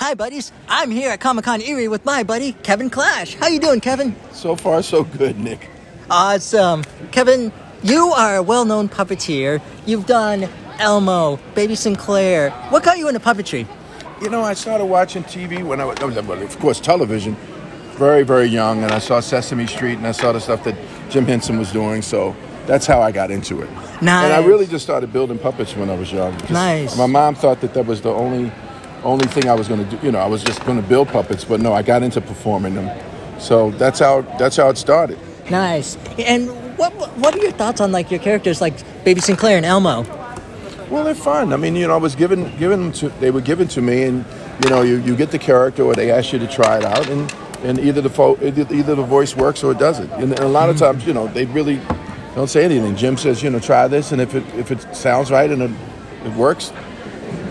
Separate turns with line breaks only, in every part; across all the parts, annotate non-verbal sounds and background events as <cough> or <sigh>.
Hi, buddies. I'm here at Comic Con Erie with my buddy Kevin Clash. How you doing, Kevin?
So far, so good, Nick.
Awesome, Kevin. You are a well-known puppeteer. You've done Elmo, Baby Sinclair. What got you into puppetry?
You know, I started watching TV when I was, well, of course, television, very, very young, and I saw Sesame Street and I saw the stuff that Jim Henson was doing, so that's how I got into it. And I
Nice.
really just started building puppets when I was young. Just-
Nice.
My mom thought that that was the only, only thing I was going to do. You know, I was just going to build puppets, but no, I got into performing them. So that's how that's how it started.
Nice. And what what are your thoughts on like your characters like Baby Sinclair and Elmo?
Well, they're fun. I mean, you know, I was given given them to they were given to me, and you know, you, you get the character, or they ask you to try it out, and and either the fo- either, either the voice works or it doesn't. And, and a lot of times, you know, they really don't say anything. Jim says, you know, try this, and if it if it sounds right and it, it works,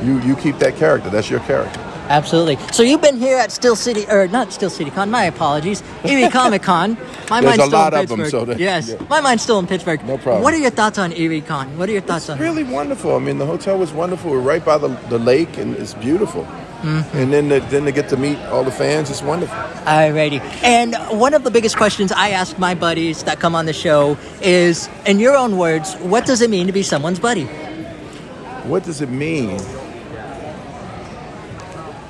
you you keep that character. That's your character.
Absolutely. So you've been here at Still City, or not Still City Con? My apologies, Erie Comic
<laughs>
Con. My
There's
mind's
a
still
lot
in
of them,
Pittsburgh.
so that-
yes,
yeah.
my mind's still in Pittsburgh.
No problem.
What are your thoughts on Erie Con? What are your thoughts on?
Really wonderful. I mean, the hotel was wonderful. We're right by the, the lake, and it's beautiful. And then the, then to get to meet all the fans, it's wonderful.
Alrighty. And one of the biggest questions I ask my buddies that come on the show is, in your own words, what does it mean to be someone's buddy?
What does it mean?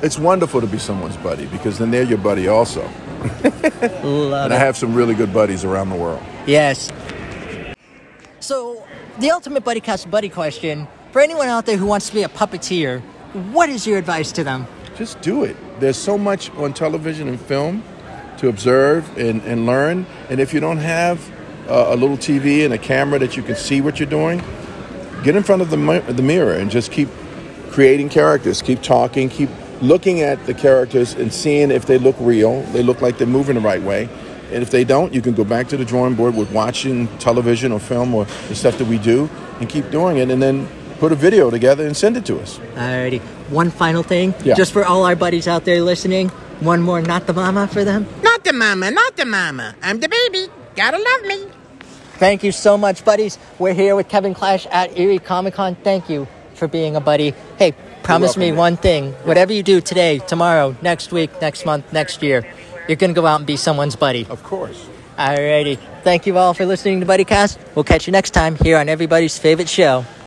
It's wonderful to be someone's buddy because then they're your buddy also. <laughs>
Love
And I have some really good buddies around the world.
Yes. So, the ultimate buddy cast buddy question for anyone out there who wants to be a puppeteer, what is your advice to them?
Just do it. There's so much on television and film to observe and, and learn. And if you don't have uh, a little TV and a camera that you can see what you're doing, get in front of the, mi- the mirror and just keep creating characters, keep talking, keep looking at the characters and seeing if they look real, they look like they're moving the right way. And if they don't, you can go back to the drawing board with watching television or film or the stuff that we do and keep doing it and then put a video together and send it to us.
Alrighty. One final thing,
Yeah.
just for all our buddies out there listening, one more not the mama for them.
Not the mama, not the mama. I'm the baby. Gotta love me.
Thank you so much, buddies. We're here with Kevin Clash at Erie Comic Con. Thank you for being a buddy. Hey, promise
welcome,
me
man.
one thing. Whatever you do today, tomorrow, next week, next month, next year, you're going to go out and be someone's buddy.
Of course.
Alrighty. Thank you all for listening to BuddyCast. We'll catch you next time here on everybody's favorite show.